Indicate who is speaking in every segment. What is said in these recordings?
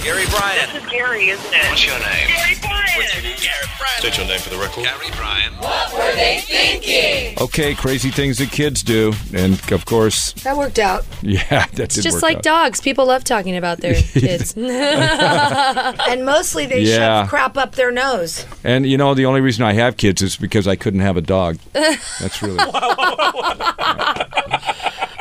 Speaker 1: Gary Bryan.
Speaker 2: This is Gary, isn't it?
Speaker 1: What's your name?
Speaker 2: Gary Bryan.
Speaker 1: Gary Bryan.
Speaker 3: State your name for the record.
Speaker 1: Gary Bryan.
Speaker 4: Okay, crazy things that kids do, and of course,
Speaker 5: That worked out.
Speaker 4: yeah, that did
Speaker 6: It's just
Speaker 4: work
Speaker 6: like
Speaker 4: out.
Speaker 6: dogs. People love talking about their kids.
Speaker 5: And mostly they
Speaker 4: Yeah.
Speaker 5: shove crap up their nose.
Speaker 4: And you know, the only reason I have kids is because I couldn't have a dog. That's really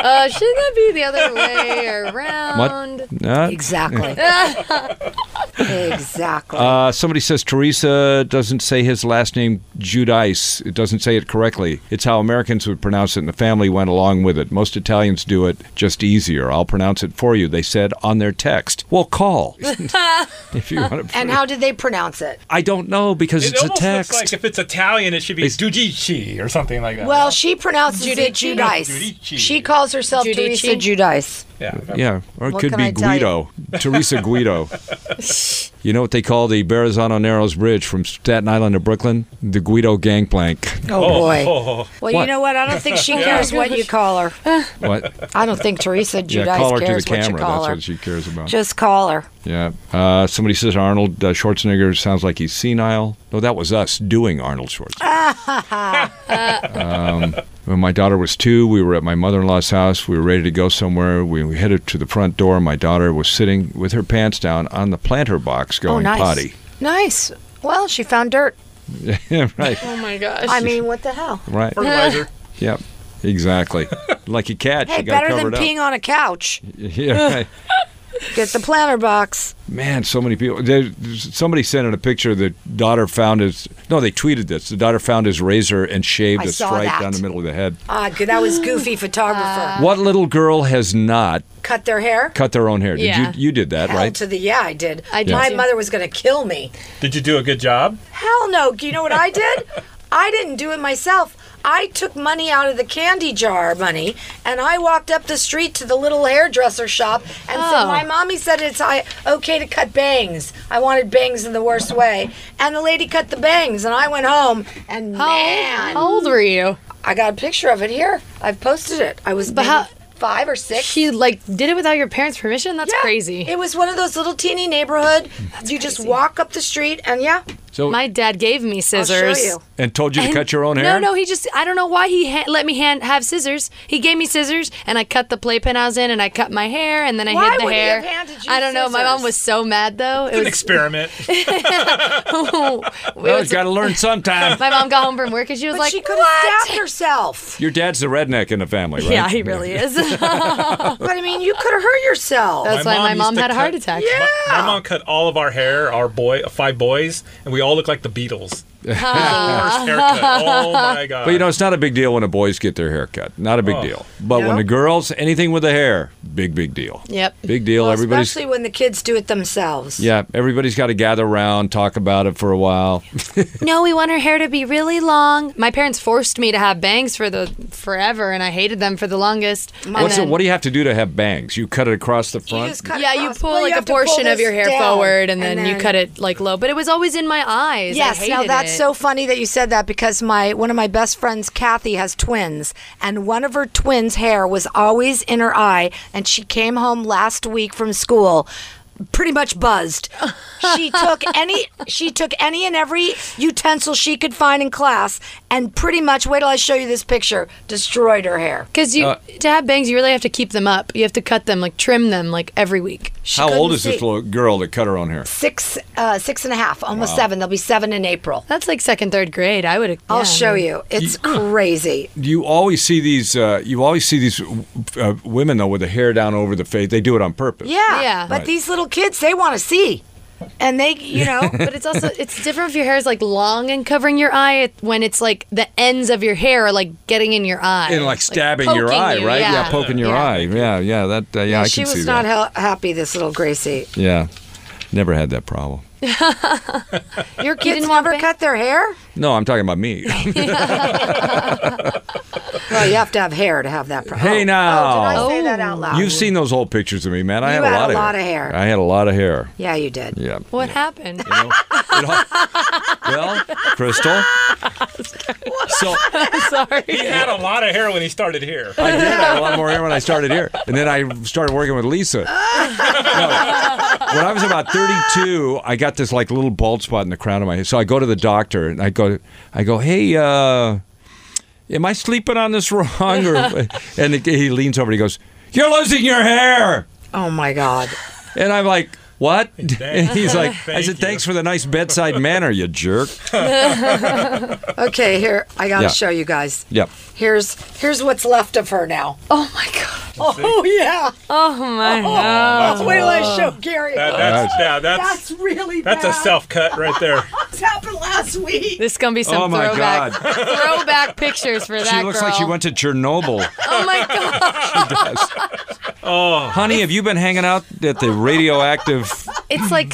Speaker 6: Uh, shouldn't that be the other way around?
Speaker 4: what. No.
Speaker 5: Exactly. exactly.
Speaker 4: Uh, somebody says Teresa doesn't say his last name Judice. It doesn't say it correctly. It's how Americans would pronounce it, and the family went along with it. Most Italians do it just easier. I'll pronounce it for you. They said on their text. Well, call if you want to.
Speaker 5: and how did they pronounce it?
Speaker 4: I don't know because
Speaker 7: It
Speaker 4: it's a
Speaker 7: almost
Speaker 4: text.
Speaker 7: looks like if it's Italian, it should be
Speaker 4: It's-
Speaker 7: Giudice or something like that.
Speaker 5: Well, she pronounces it
Speaker 6: Giudice.
Speaker 5: Judice.
Speaker 7: Giudice.
Speaker 5: She calls herself
Speaker 6: Giudice.
Speaker 5: Teresa Judice.
Speaker 7: yeah.
Speaker 4: Yeah, or it
Speaker 5: What
Speaker 4: could
Speaker 5: can
Speaker 4: be
Speaker 5: I tell you?
Speaker 4: Guido, Teresa Guido. you know what they call the Verrazano Narrows Bridge from Staten Island to Brooklyn? The Guido Gangplank.
Speaker 5: Oh, boy.
Speaker 7: Oh,
Speaker 5: Well,
Speaker 4: What?
Speaker 5: you know what? I don't think she cares what you call her.
Speaker 4: What?
Speaker 5: I don't think Teresa Judice
Speaker 4: yeah, call her to the
Speaker 5: cares what you
Speaker 4: camera.
Speaker 5: call
Speaker 4: That's
Speaker 5: her.
Speaker 4: what she cares about.
Speaker 5: Just call her. Oh,
Speaker 4: yeah. Uh, somebody says Arnold uh, Schwarzenegger sounds like he's senile. No, that was us doing Arnold Schwarzenegger. um, when my daughter was two, we were at my mother-in-law's house. We were ready to go somewhere. We, we headed to the front door. My daughter was sitting with her pants down on the planter box
Speaker 5: Oh,
Speaker 4: going
Speaker 5: nice.
Speaker 4: potty.
Speaker 5: Nice. Well, she found dirt.
Speaker 4: Yeah, right.
Speaker 6: Oh my gosh.
Speaker 5: I mean, what the hell?
Speaker 4: Right.
Speaker 7: fertilizer.
Speaker 4: Yep. Exactly. Like a cat,
Speaker 5: Hey,
Speaker 4: you got to
Speaker 5: better
Speaker 4: cover
Speaker 5: than
Speaker 4: it up.
Speaker 5: peeing on a couch.
Speaker 4: Yeah. Right.
Speaker 5: Get the planter box.
Speaker 4: Man, so many people. There, somebody sent in a picture. The daughter found his. No, they tweeted this. The daughter found his razor and shaved
Speaker 5: I
Speaker 4: a
Speaker 5: saw
Speaker 4: stripe
Speaker 5: that.
Speaker 4: down the middle of the head.
Speaker 6: Uh,
Speaker 5: Ah, good. That was goofy photographer.
Speaker 4: what little girl has not
Speaker 5: Cut their hair.
Speaker 4: cut their own hair? Did
Speaker 6: Yeah.
Speaker 4: you you did that
Speaker 5: Hell
Speaker 4: right?
Speaker 5: to the yeah, I did.
Speaker 6: I did
Speaker 5: My
Speaker 6: too.
Speaker 5: mother was going to kill me.
Speaker 7: Did you do a good job?
Speaker 5: Hell no. You know what I did? I didn't do it myself. I took money out of the candy jar money and I walked up the street to the little hairdresser shop and said,
Speaker 6: Oh.
Speaker 5: My mommy said it's I, okay to cut bangs. I wanted bangs in the worst way. And the lady cut the bangs and I went home and
Speaker 6: how,
Speaker 5: man,
Speaker 6: how old were you?
Speaker 5: I got a picture of it here. I've posted it. I was
Speaker 6: But
Speaker 5: maybe
Speaker 6: how-
Speaker 5: five or six.
Speaker 6: She like did it without your parents' permission. That's
Speaker 5: Yeah,
Speaker 6: crazy.
Speaker 5: It was one of those little teeny neighborhood. you just walk up the street and yeah,
Speaker 4: so
Speaker 6: My dad gave me
Speaker 5: I'll
Speaker 6: scissors.
Speaker 5: show you.
Speaker 4: and told you to
Speaker 6: And-
Speaker 4: cut your own
Speaker 6: No,
Speaker 4: hair?
Speaker 6: no, he just, I don't know why he ha- let me hand have scissors. He gave me scissors and I cut the playpen I was in and I cut my hair and then I
Speaker 5: Why
Speaker 6: hid the
Speaker 5: would he
Speaker 6: hair.
Speaker 5: have handed you
Speaker 6: I don't know. My
Speaker 5: scissors?
Speaker 6: mom was so mad though. It
Speaker 7: An
Speaker 6: was,
Speaker 7: experiment.
Speaker 4: Well,
Speaker 6: it was-
Speaker 4: got to Oh, learn sometime.
Speaker 6: my mom got home from work and she was
Speaker 5: But
Speaker 6: like,
Speaker 5: she could
Speaker 6: "What?"
Speaker 5: have stabbed herself.
Speaker 4: Your dad's the redneck in the family, right?
Speaker 6: Yeah, he really is. That's
Speaker 5: But I mean, you could have hurt yourself.
Speaker 6: why my
Speaker 7: used
Speaker 6: mom
Speaker 7: to
Speaker 6: had a heart
Speaker 7: cut-
Speaker 6: attack.
Speaker 5: Yeah.
Speaker 7: My, my mom cut all of our hair, our boy, five boys, and we all look like the Beatles. Worst haircut. Oh my god.
Speaker 4: But you know, it's not a big deal when the boys get their hair cut. Not a big
Speaker 7: Oh.
Speaker 4: deal. But when
Speaker 5: No?
Speaker 4: the girls, anything with the hair, big big deal.
Speaker 6: Yep.
Speaker 4: Big deal.
Speaker 5: Well,
Speaker 4: everybody's
Speaker 5: especially when the kids do it themselves.
Speaker 4: yeah. Everybody's got to gather around, talk about it for a while.
Speaker 6: No, we want her hair to be really long. My parents forced me to have bangs for the forever, and I hated them for the longest. And
Speaker 4: What's
Speaker 6: then-
Speaker 4: it, what do you have to do to have bangs? You cut it across the
Speaker 5: You
Speaker 4: front.
Speaker 5: just cut
Speaker 6: yeah, you
Speaker 5: across-
Speaker 6: pull
Speaker 5: well,
Speaker 6: like
Speaker 5: you
Speaker 6: a
Speaker 5: have to pull
Speaker 6: portion of
Speaker 5: this
Speaker 6: your hair
Speaker 5: down,
Speaker 6: forward, and then, you cut it like low. But it was always in my eyes. I
Speaker 5: Yes, now
Speaker 6: hated
Speaker 5: that's
Speaker 6: it.
Speaker 5: so funny that you said that because my one of my best friends, Kathy, has twins, and one of her twins' hair was always in her eye, and she came home last week from school pretty much buzzed. She took any she took any and every utensil she could find in class and pretty much wait till I show you this picture, destroyed her hair.
Speaker 6: Because you
Speaker 4: Uh,
Speaker 6: to have bangs, you really have to keep them up. You have to cut them, like trim them, like every week.
Speaker 5: She
Speaker 4: How old
Speaker 5: couldn't
Speaker 4: is this
Speaker 5: see.
Speaker 4: little girl that cut her own hair?
Speaker 5: Six uh six and a half, almost seven. They'll be seven in April.
Speaker 6: That's like second, third grade. I would.
Speaker 5: I'll show you. It's crazy.
Speaker 4: You always see these. Uh, you always see these uh, women though with the hair down over the face. They do it on purpose.
Speaker 5: Yeah.
Speaker 6: Yeah.
Speaker 5: But
Speaker 4: Right.
Speaker 5: these little kids, they want to see. And they, you know,
Speaker 6: But it's also it's different if your hair is like long and covering your eye it- when it's like the ends of your hair are like getting in your eye
Speaker 4: And like stabbing your
Speaker 6: poking
Speaker 4: eye,
Speaker 6: you,
Speaker 4: right?
Speaker 6: Yeah.
Speaker 4: poking your
Speaker 6: Yeah.
Speaker 4: eye. Yeah, yeah. That. Uh, yeah, I can
Speaker 5: she
Speaker 4: see
Speaker 5: was
Speaker 4: that.
Speaker 5: not hel- happy, this little Gracie.
Speaker 4: yeah, never had that problem.
Speaker 6: Your kid
Speaker 5: Kids
Speaker 6: didn't want
Speaker 5: never
Speaker 6: ba-
Speaker 5: cut their hair?
Speaker 4: No, I'm talking about me.
Speaker 5: Well, you have to have hair to have that problem.
Speaker 4: Hey, now.
Speaker 5: Oh, did I say that out loud?
Speaker 4: You've seen those old pictures of me, man. I
Speaker 5: You
Speaker 4: had a
Speaker 5: had
Speaker 4: lot,
Speaker 5: a
Speaker 4: of,
Speaker 5: lot
Speaker 4: hair.
Speaker 5: of hair.
Speaker 4: I had a lot of hair.
Speaker 5: Yeah, you did.
Speaker 4: Yeah.
Speaker 6: What happened?
Speaker 4: You know, it all- well, Crystal. So
Speaker 7: He had a lot of hair when he started here.
Speaker 4: I did. I had a lot more hair when I started here, and then I started working with Lisa. No, when I was about 32, I got this like little bald spot in the crown of my head. So I go to the doctor and I go, I go, hey. uh Am I sleeping on this wrong? Or, and he leans over and he goes, You're losing your hair.
Speaker 5: Oh my God.
Speaker 4: And I'm like, what? And he's like, I
Speaker 7: Thank
Speaker 4: said,
Speaker 7: you.
Speaker 4: thanks for the nice bedside manner, you jerk.
Speaker 5: Okay, here I gotta
Speaker 4: Yeah.
Speaker 5: show you guys.
Speaker 4: Yep.
Speaker 5: Here's here's what's left of her now.
Speaker 6: Oh my god.
Speaker 5: Oh yeah.
Speaker 6: Oh my god.
Speaker 5: That's wait till I show Gary.
Speaker 7: That- that's, yeah, that's
Speaker 5: That's really
Speaker 7: that's a
Speaker 5: bad.
Speaker 7: self cut right there.
Speaker 5: That's happened last week.
Speaker 6: This is gonna be some
Speaker 4: Oh, my
Speaker 6: throwback throwback pictures for that
Speaker 4: She looks
Speaker 6: girl.
Speaker 4: like she went to Chernobyl.
Speaker 6: Oh my god.
Speaker 4: Honey, have you been hanging out at the radioactive?
Speaker 6: It's like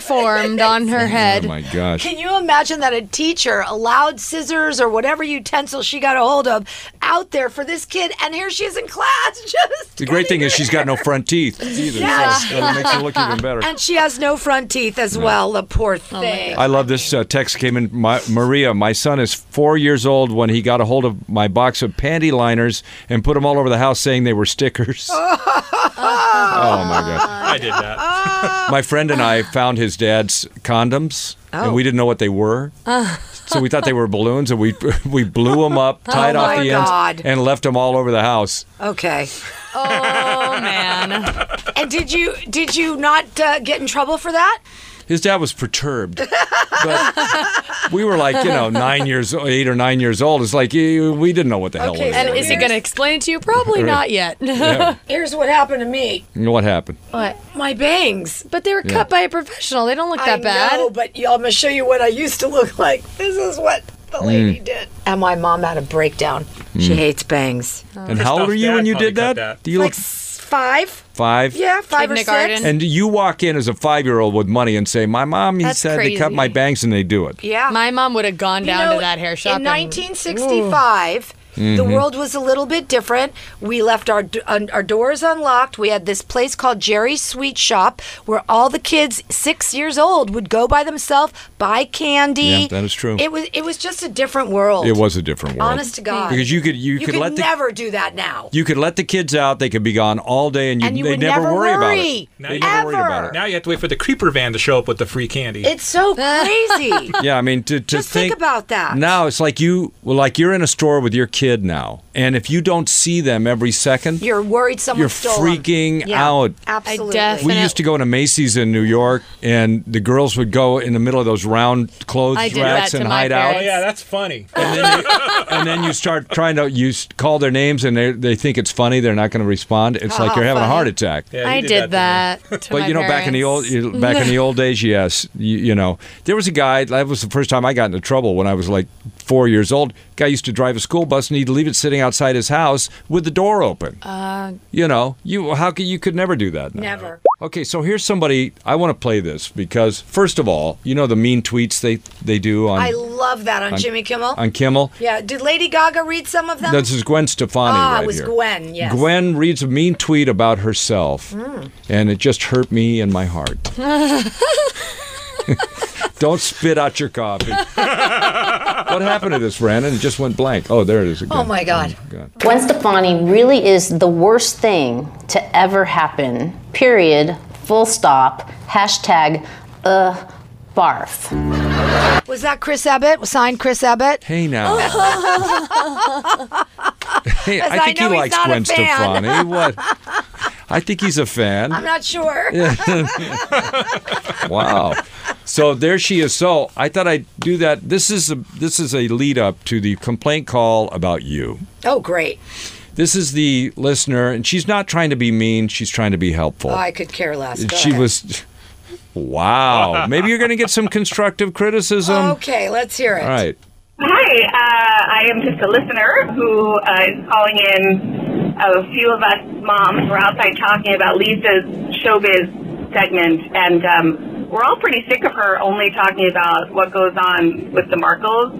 Speaker 6: formed on her
Speaker 4: Oh
Speaker 6: head.
Speaker 4: my gosh.
Speaker 5: Can you imagine that a teacher allowed scissors or whatever utensil she got a hold of out there for this kid, and here she is in class just.
Speaker 4: The great thing is she's got no front teeth either. So it makes her look even better.
Speaker 5: And she has no front teeth as well. The poor
Speaker 6: Oh,
Speaker 5: thing.
Speaker 4: I love this uh, text came in. My, Maria, my son is four years old when he got a hold of my box of panty liners and put them all over the house saying they were stickers. oh my God.
Speaker 7: I did that.
Speaker 4: My friend and I found his dad's condoms, and we didn't know what they were. So we thought they were balloons, and we we blew them up, tied
Speaker 5: Oh
Speaker 4: off
Speaker 5: my
Speaker 4: the
Speaker 5: God.
Speaker 4: ends, and left them all over the house.
Speaker 5: okay.
Speaker 6: Oh man.
Speaker 5: And did you did you not uh, get in trouble for that?
Speaker 4: His dad was perturbed, but we were like, you know, nine years, eight or nine years old. It's like eh, we didn't know what the hell
Speaker 5: Okay,
Speaker 4: was.
Speaker 5: so
Speaker 6: And is he gonna explain it to you? Probably not yet.
Speaker 5: Here's what happened to me.
Speaker 4: You know what happened?
Speaker 5: What? My bangs.
Speaker 6: But they were cut by a professional. They don't look that
Speaker 5: I
Speaker 6: bad.
Speaker 5: know, but y'all, I'm gonna show you what I used to look like. This is what
Speaker 4: Mm.
Speaker 5: the lady did. And my mom had a breakdown. She hates bangs.
Speaker 6: Oh.
Speaker 4: and how old were you
Speaker 7: dad
Speaker 4: when you did
Speaker 7: probably
Speaker 4: that?
Speaker 7: cut
Speaker 4: Do you
Speaker 5: Like
Speaker 4: look
Speaker 5: s- five?
Speaker 4: five?
Speaker 5: Yeah, five or
Speaker 6: kindergarten.
Speaker 5: six.
Speaker 4: And you walk in as a five-year-old with money and say, "My mom, he
Speaker 6: That's
Speaker 4: said to cut
Speaker 6: crazy.
Speaker 4: my bangs, and they do it."
Speaker 5: Yeah.
Speaker 6: My mom would have gone
Speaker 5: You
Speaker 6: down
Speaker 5: know,
Speaker 6: to that hair shop.
Speaker 5: In
Speaker 6: and-
Speaker 5: 1965, the
Speaker 4: Mm-hmm.
Speaker 5: world was a little bit different. We left our d- un- our doors unlocked. We had this place called Jerry's Sweet Shop, where all the kids six years old would go by themselves, buy candy.
Speaker 4: Yeah, that is true.
Speaker 5: It was it was just a different world.
Speaker 4: It was a different world.
Speaker 5: Honest to God.
Speaker 4: because you could you,
Speaker 5: You
Speaker 4: could, let the
Speaker 5: never do that now.
Speaker 4: You could let the kids out; they could be gone all day, and, you,
Speaker 5: and you
Speaker 4: they'd
Speaker 5: would
Speaker 4: never,
Speaker 5: never
Speaker 4: worry, about
Speaker 5: worry.
Speaker 4: it.
Speaker 7: Now
Speaker 4: They
Speaker 7: you
Speaker 4: never worry about
Speaker 5: Ever.
Speaker 4: it.
Speaker 7: Now you have to wait for the creeper van to show up with the free candy.
Speaker 5: It's so crazy.
Speaker 4: Yeah, I mean, to, to
Speaker 5: Just think about that.
Speaker 4: Now it's like you, well, like you're in a store with your kid now, and if you don't see them every second,
Speaker 5: You're worried someone
Speaker 4: You're
Speaker 5: stole 'em.
Speaker 4: freaking
Speaker 5: Yeah,
Speaker 4: out.
Speaker 5: Absolutely.
Speaker 6: I def-
Speaker 4: we
Speaker 6: And I-
Speaker 4: used to go to Macy's in New York, and the girls would go in the middle of those round clothes
Speaker 6: I did
Speaker 4: racks
Speaker 6: that to
Speaker 4: and
Speaker 6: my
Speaker 4: hide
Speaker 7: oh
Speaker 4: out.
Speaker 6: parents.
Speaker 7: yeah, that's funny.
Speaker 4: And then, you, and then you start trying to you s- call their names, and they they think it's funny. They're not going to respond. It's like you're having a heart attack.
Speaker 7: Yeah, you
Speaker 6: I did that. to
Speaker 4: But
Speaker 6: my
Speaker 4: you know, back in the old
Speaker 6: parents.
Speaker 4: you- back in the old days, yes, you, you know, there was a guy. That was the first time I got into trouble when I was like four years old. Guy used to drive a school bus and he'd leave it sitting outside his house with the door open.
Speaker 6: Uh,
Speaker 4: you know, you how could you could never do that. now.
Speaker 5: Never.
Speaker 4: Okay, so here's somebody I want to play this because first of all, you know the mean tweets they they do on
Speaker 5: I love that on Jimmy Kimmel.
Speaker 4: on Kimmel.
Speaker 5: yeah. Did Lady Gaga read some of them?
Speaker 4: This is Gwen Stefani
Speaker 5: Ah,
Speaker 4: right
Speaker 5: it was
Speaker 4: here.
Speaker 5: Gwen, yes.
Speaker 4: Gwen reads a mean tweet about herself, and it just hurt me in my heart. Don't spit out your coffee. what happened to this, Brandon? It just went blank. Oh, there it is again.
Speaker 5: Oh my God.
Speaker 1: Gwen Stefani really is the worst thing to ever happen. Period. Full stop. Hashtag, uh, barf.
Speaker 5: Was that Chris Abbott? Signed Chris Abbott?
Speaker 4: Hey now. hey, I
Speaker 5: I
Speaker 4: think
Speaker 5: know
Speaker 4: he
Speaker 5: he's
Speaker 4: likes
Speaker 5: not a
Speaker 4: Gwen
Speaker 5: fan.
Speaker 4: Stefani. What? I think he's a fan.
Speaker 5: I'm not sure.
Speaker 4: Wow. So there she is. So I thought I'd do that. This is a this is a lead up to the complaint call about you.
Speaker 5: Oh, great.
Speaker 4: This is the listener, and she's not trying to be mean. She's trying to be helpful.
Speaker 5: Oh, I could care less. Go
Speaker 4: she
Speaker 5: ahead.
Speaker 4: was. Wow. Maybe you're going to get some constructive criticism.
Speaker 5: Okay, let's hear it.
Speaker 4: All right.
Speaker 2: Hi, uh, I am just a listener who uh, is calling in. A few of us moms were outside talking about Lisa's showbiz segment, and um, we're all pretty sick of her only talking about what goes on with the Markles.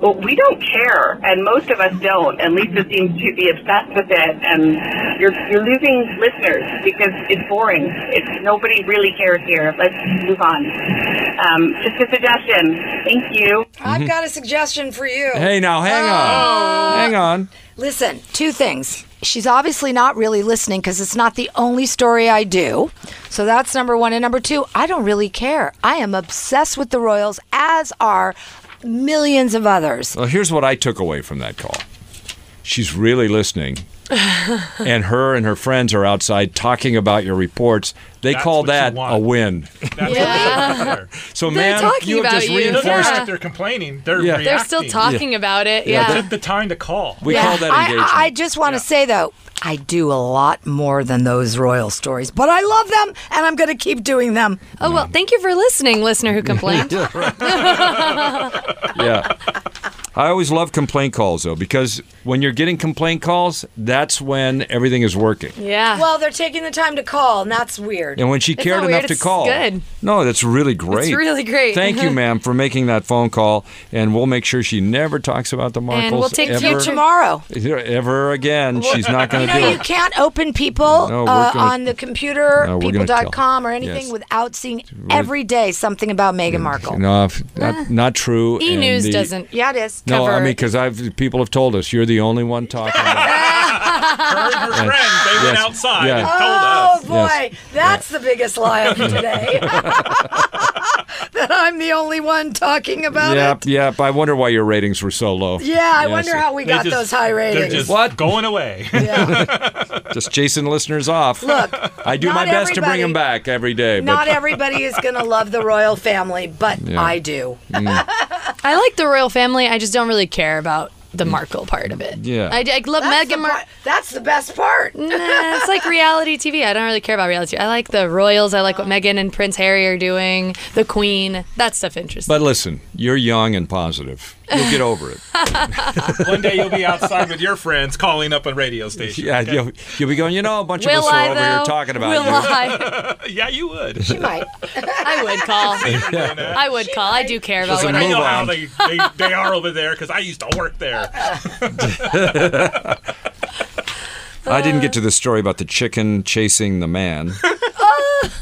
Speaker 2: But we don't care, and most of us don't. And Lisa seems to be obsessed with it, and you're you're losing listeners because it's boring. It's nobody really cares here. Let's move on. Um, just a suggestion. Thank you.
Speaker 5: I've got a suggestion for you.
Speaker 4: Mm-hmm. Hey, now hang
Speaker 5: Oh.
Speaker 4: on, hang on.
Speaker 5: Listen, two things. She's obviously not really listening because it's not the only story I do. So that's number one. And number two, I don't really care. I am obsessed with the Royals, as are millions of others.
Speaker 4: Well, here's what I took away from that call. She's really listening. and her and her friends are outside talking about your reports. They
Speaker 7: That's
Speaker 4: call
Speaker 7: what you
Speaker 4: that
Speaker 7: want.
Speaker 4: a win.
Speaker 7: That's yeah. there.
Speaker 4: So,
Speaker 6: They're
Speaker 4: ma'am,
Speaker 6: talking
Speaker 4: you have
Speaker 6: about
Speaker 4: just
Speaker 6: you.
Speaker 7: It
Speaker 4: reinforced.
Speaker 7: doesn't matter
Speaker 6: Yeah.
Speaker 7: if they're complaining. They're
Speaker 4: Yeah.
Speaker 6: They're still
Speaker 7: reacting.
Speaker 6: talking about it.
Speaker 4: Yeah,
Speaker 6: Yeah.
Speaker 4: they're-
Speaker 7: Took the time to call.
Speaker 4: We call that
Speaker 5: I,
Speaker 4: engagement.
Speaker 5: I, I just want to say, though, I do a lot more than those royal stories, but I love them and I'm going to keep doing them.
Speaker 6: oh well, thank you for listening, listener who complained.
Speaker 4: yeah. I always love complaint calls though, because when you're getting complaint calls, that's when everything is working.
Speaker 6: yeah.
Speaker 5: Well, they're taking the time to call, and that's weird.
Speaker 4: And when she cared
Speaker 6: not
Speaker 4: enough
Speaker 6: weird,
Speaker 4: to
Speaker 6: it's
Speaker 4: call,
Speaker 6: good.
Speaker 4: no, that's really great.
Speaker 6: really great.
Speaker 4: Thank you, ma'am, for making that phone call, and we'll make sure she never talks about the Markles
Speaker 6: we'll take
Speaker 4: ever,
Speaker 6: future-
Speaker 5: Tomorrow.
Speaker 4: ever again. She's not going
Speaker 5: You
Speaker 4: to do
Speaker 5: know, you
Speaker 4: it.
Speaker 5: can't open people
Speaker 4: No, we're
Speaker 5: uh,
Speaker 4: gonna-
Speaker 5: on the computer,
Speaker 4: No, we're gonna tell.
Speaker 5: people.com, or anything
Speaker 4: Yes. Mm,
Speaker 5: without seeing every day something about Meghan Markle.
Speaker 4: No, if- not, not true.
Speaker 6: E
Speaker 4: and
Speaker 6: News
Speaker 4: the-
Speaker 6: doesn't.
Speaker 5: Yeah, it is.
Speaker 4: No, I
Speaker 6: cover-
Speaker 4: mean because I've people have told us you're the only one talking. About
Speaker 7: Her and her friends, they went
Speaker 4: Yes.
Speaker 7: outside
Speaker 4: Yeah.
Speaker 7: and
Speaker 5: Oh,
Speaker 7: told us.
Speaker 5: boy. That's the biggest lie of today. that I'm the only one talking
Speaker 4: it.
Speaker 5: about
Speaker 4: yep,
Speaker 5: it.
Speaker 4: yep. I wonder why your ratings were so low.
Speaker 5: Yeah, I
Speaker 4: Yes.
Speaker 5: wonder how we
Speaker 7: They
Speaker 5: got
Speaker 7: just-
Speaker 5: those high
Speaker 7: They're
Speaker 5: ratings.
Speaker 7: just
Speaker 4: What?
Speaker 7: going away.
Speaker 4: Just chasing listeners off.
Speaker 5: Look,
Speaker 4: I do my
Speaker 5: not
Speaker 4: best to bring
Speaker 5: everybody-
Speaker 4: them back every day.
Speaker 5: Not
Speaker 4: But
Speaker 5: everybody is going to love the royal family, but I do.
Speaker 6: I like the royal family. I just don't really care about the Markle part of it.
Speaker 4: Mm. Yeah.
Speaker 6: I, I love
Speaker 5: That's the
Speaker 6: Meghan Markle.
Speaker 5: part- That's the best part.
Speaker 6: Nah, it's like reality TV. I don't really care about reality. I like the royals. I like what Meghan and Prince Harry are doing. The Queen. That stuff interests me.
Speaker 4: but listen, you're young and positive. You'll get over it.
Speaker 7: One day you'll be outside with your friends calling up a radio station.
Speaker 4: Yeah, you'll, you'll be going. You know, a bunch
Speaker 6: Will
Speaker 4: of us
Speaker 6: I
Speaker 4: are over
Speaker 6: though?
Speaker 4: here talking about
Speaker 6: Will
Speaker 4: you.
Speaker 6: I?
Speaker 7: Yeah, you would.
Speaker 5: She might.
Speaker 6: I would call. I would call. I do care about
Speaker 4: She's a
Speaker 6: what
Speaker 7: I
Speaker 6: I
Speaker 4: move
Speaker 7: know how
Speaker 4: on.
Speaker 7: they, they, they are over there because I used to work there.
Speaker 4: I didn't get to the story about the chicken chasing the man.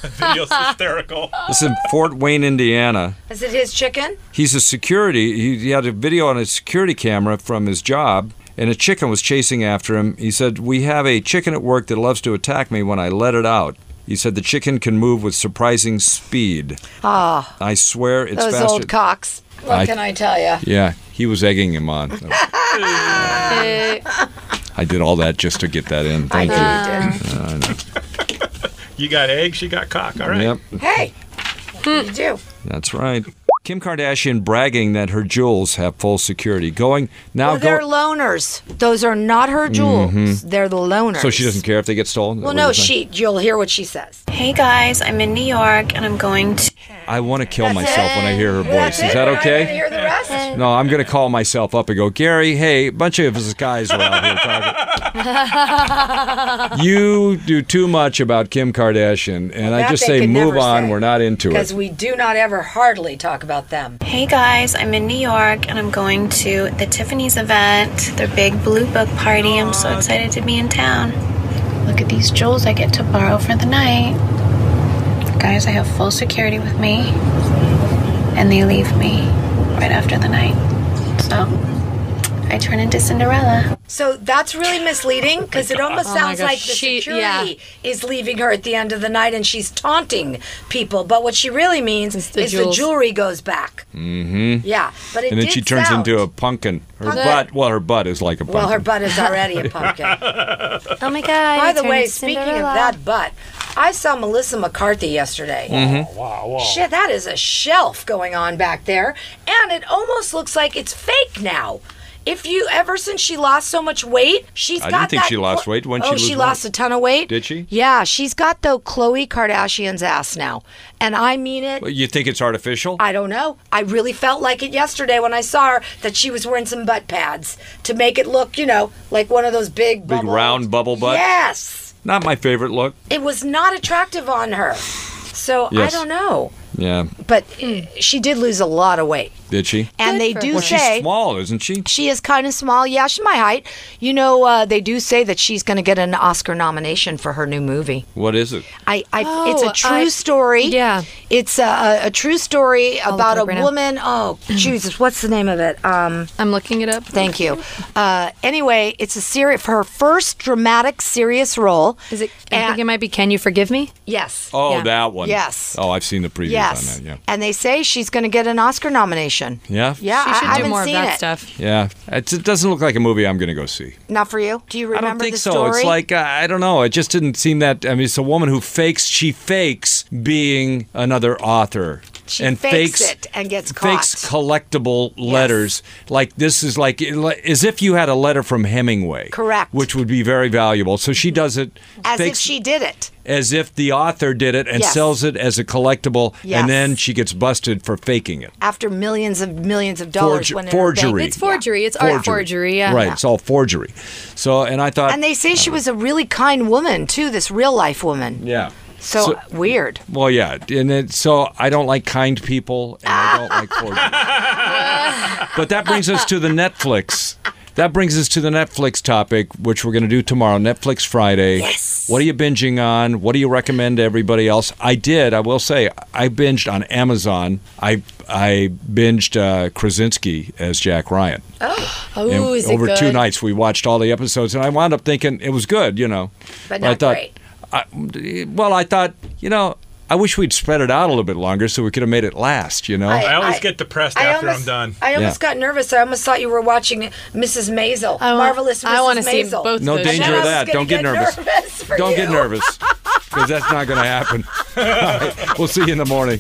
Speaker 7: Video's hysterical.
Speaker 4: This is in Fort Wayne, Indiana.
Speaker 5: Is it his chicken?
Speaker 4: He's a security. He, he had a video on a security camera from his job, and a chicken was chasing after him. He said, "We have a chicken at work that loves to attack me when I let it out." He said the chicken can move with surprising speed. Ah! I swear it's
Speaker 5: Those
Speaker 4: faster.
Speaker 5: old cocks. What
Speaker 4: I-
Speaker 5: can I tell you?
Speaker 4: Yeah, he was egging him on. I did all that just to get that in. Thank you. Uh,
Speaker 7: You got egg, she got cock. All right.
Speaker 4: Yep,
Speaker 5: Hey, what do you do?
Speaker 4: that's right. Kim Kardashian bragging that her jewels have full security. Going now,
Speaker 5: Well, they're
Speaker 4: go- Mm-hmm.
Speaker 5: loners. Those are not her jewels. They're the loners.
Speaker 4: so she doesn't care if they get stolen.
Speaker 5: Well,
Speaker 4: Is that what
Speaker 5: no,
Speaker 4: you're saying?
Speaker 5: she. You'll hear what she says.
Speaker 3: Hey guys, I'm in New York and I'm going to
Speaker 4: I want to kill myself when I hear her voice. Is
Speaker 5: it.
Speaker 4: that
Speaker 5: We're not gonna
Speaker 4: okay?
Speaker 5: hear the rest.
Speaker 4: No, I'm going to call myself up and go, Gary. Hey, bunch of us guys are out here talking. you do too much about Kim Kardashian, and I
Speaker 5: that
Speaker 4: just say
Speaker 5: they could
Speaker 4: move
Speaker 5: never
Speaker 4: on.
Speaker 5: say.
Speaker 4: We're not into it.
Speaker 5: Because we do not ever hardly talk about them.
Speaker 3: Hey guys, I'm in New York and I'm going to the Tiffany's event, their big blue book party. I'm so excited to be in town. Look at these jewels I get to borrow for the night. Guys, I have full security with me and they leave me right after the night. So I turn into Cinderella.
Speaker 5: So that's really misleading because it almost
Speaker 6: Oh my
Speaker 5: sounds
Speaker 6: gosh,
Speaker 5: like the
Speaker 6: she-
Speaker 5: security is leaving her at the end of the night and she's taunting people. But what she really means
Speaker 6: the
Speaker 5: is the
Speaker 6: jewels.
Speaker 5: jewelry goes back. Mm-hmm. Yeah, but it
Speaker 4: and then
Speaker 5: did
Speaker 4: she turns
Speaker 5: sound-
Speaker 4: into a pumpkin. Her butt, well, her butt is like a pumpkin.
Speaker 5: Well, her butt is already a pumpkin.
Speaker 6: Oh my god.
Speaker 5: By the way, speaking of that butt, I saw Melissa McCarthy yesterday.
Speaker 4: Mm-hmm.
Speaker 7: Wow, wow.
Speaker 5: Shit, that is a shelf going on back there, and it almost looks like it's fake now. If you ever since she lost so much weight, she's
Speaker 4: I didn't
Speaker 5: got
Speaker 4: think
Speaker 5: that
Speaker 4: she lost
Speaker 5: Khlo-
Speaker 4: weight. When
Speaker 5: oh,
Speaker 4: she lose weight?
Speaker 5: lost a ton of weight.
Speaker 4: Did she?
Speaker 5: Yeah, she's got though Khloe Kardashian's ass now, and I mean it.
Speaker 4: You think it's artificial?
Speaker 5: I don't know. I really felt like it yesterday when I saw her that she was wearing some butt pads to make it look, you know, like one of those big
Speaker 4: Big
Speaker 5: bubble-
Speaker 4: round bubble butt?
Speaker 5: Yes
Speaker 4: Not my favorite look.
Speaker 5: it was not attractive on her. So
Speaker 4: Yes.
Speaker 5: I don't know.
Speaker 4: Yeah.
Speaker 5: But she did lose a lot of weight.
Speaker 4: Did she?
Speaker 5: And they
Speaker 6: for
Speaker 5: do
Speaker 6: her. Well,
Speaker 5: say
Speaker 4: she's small, isn't she?
Speaker 5: she is kind of small. Yeah, she's my height. You know, uh, they do say that she's going to get an Oscar nomination for her new movie.
Speaker 4: What is it?
Speaker 5: I, I it's
Speaker 6: Oh,
Speaker 5: a true
Speaker 6: I-
Speaker 5: story.
Speaker 6: yeah.
Speaker 5: it's a, a, a true story about
Speaker 6: it
Speaker 5: a
Speaker 6: up right now.
Speaker 5: woman. Oh, Jesus, what's the name of it? Um,
Speaker 6: I'm looking it up.
Speaker 5: thank you. Uh, anyway, it's a series. Her first dramatic, serious role.
Speaker 6: Is it? I
Speaker 5: And-
Speaker 6: think it might be. Can you forgive me?
Speaker 5: yes.
Speaker 4: Oh,
Speaker 6: Yeah.
Speaker 4: that one.
Speaker 5: Yes.
Speaker 4: Oh, I've seen the previews
Speaker 5: Yes,
Speaker 4: on that. Yeah.
Speaker 5: and they say she's going to get an Oscar nomination.
Speaker 4: Yeah.
Speaker 5: Yeah,
Speaker 6: She
Speaker 5: I- I
Speaker 6: should do
Speaker 5: haven't
Speaker 6: more of
Speaker 5: seen
Speaker 6: that
Speaker 5: it.
Speaker 6: stuff.
Speaker 4: Yeah. It's, it doesn't look like a movie I'm going to go see.
Speaker 5: Not for you. Do you remember
Speaker 4: I don't think
Speaker 5: the
Speaker 4: so.
Speaker 5: story?
Speaker 4: It's like uh, I don't know. It just didn't seem that. I mean, it's a woman who fakes. She fakes being another author.
Speaker 5: She
Speaker 4: and
Speaker 5: fakes
Speaker 4: fakes,
Speaker 5: it and gets
Speaker 4: Fakes
Speaker 5: caught.
Speaker 4: collectible letters. Like this is like as if you had a letter from Hemingway.
Speaker 5: Correct. Mm-hmm.
Speaker 4: Which would be very valuable. So she does it
Speaker 5: as if
Speaker 4: fakes-
Speaker 5: she did it.
Speaker 4: as if the author did it and
Speaker 5: Yes.
Speaker 4: sells it as a collectible,
Speaker 5: Yes.
Speaker 4: and then she gets busted for faking it.
Speaker 5: after millions of millions of dollars
Speaker 4: Forge-
Speaker 5: went in Her
Speaker 4: forgery.
Speaker 5: bank.
Speaker 6: It's forgery. It's art forgery. Yeah.
Speaker 4: Right. It's all forgery. So, and I thought.
Speaker 5: And they say she was a really kind woman too, this real life woman.
Speaker 4: yeah.
Speaker 5: So,
Speaker 4: So-
Speaker 5: weird.
Speaker 4: Well, yeah, and it, so I don't like kind people, and I don't like forgery. but that brings us to the Netflix. That brings us to the Netflix topic, which we're going to do tomorrow, Netflix Friday. Yes. What are you binging on? What do you recommend to everybody else? I did. I will say I binged on Amazon. I I binged uh, Krasinski as Jack Ryan. And
Speaker 6: Oh, is it
Speaker 4: over
Speaker 6: good?
Speaker 4: two nights, we watched all the episodes, and I wound up thinking it was good, you know.
Speaker 5: But
Speaker 4: I
Speaker 5: not
Speaker 4: thought,
Speaker 5: great.
Speaker 4: I, well, I thought, you know, I wish we'd spread it out a little bit longer so we could have made it last, you know.
Speaker 7: I always get depressed after
Speaker 5: almost,
Speaker 7: I'm done.
Speaker 5: I almost
Speaker 4: Yeah.
Speaker 5: got nervous. I almost thought you were watching Mrs. Maisel.
Speaker 6: I want-
Speaker 5: Marvelous Mrs.
Speaker 6: I want to see
Speaker 5: Maisel.
Speaker 6: both.
Speaker 4: no
Speaker 6: those
Speaker 4: danger
Speaker 5: I
Speaker 4: of
Speaker 5: was
Speaker 6: shows.
Speaker 4: that.
Speaker 5: gonna
Speaker 4: Don't get,
Speaker 5: get
Speaker 4: nervous.
Speaker 5: nervous for
Speaker 4: Don't get
Speaker 5: you.
Speaker 4: nervous because that's not going to happen. All right, we'll see you in the morning.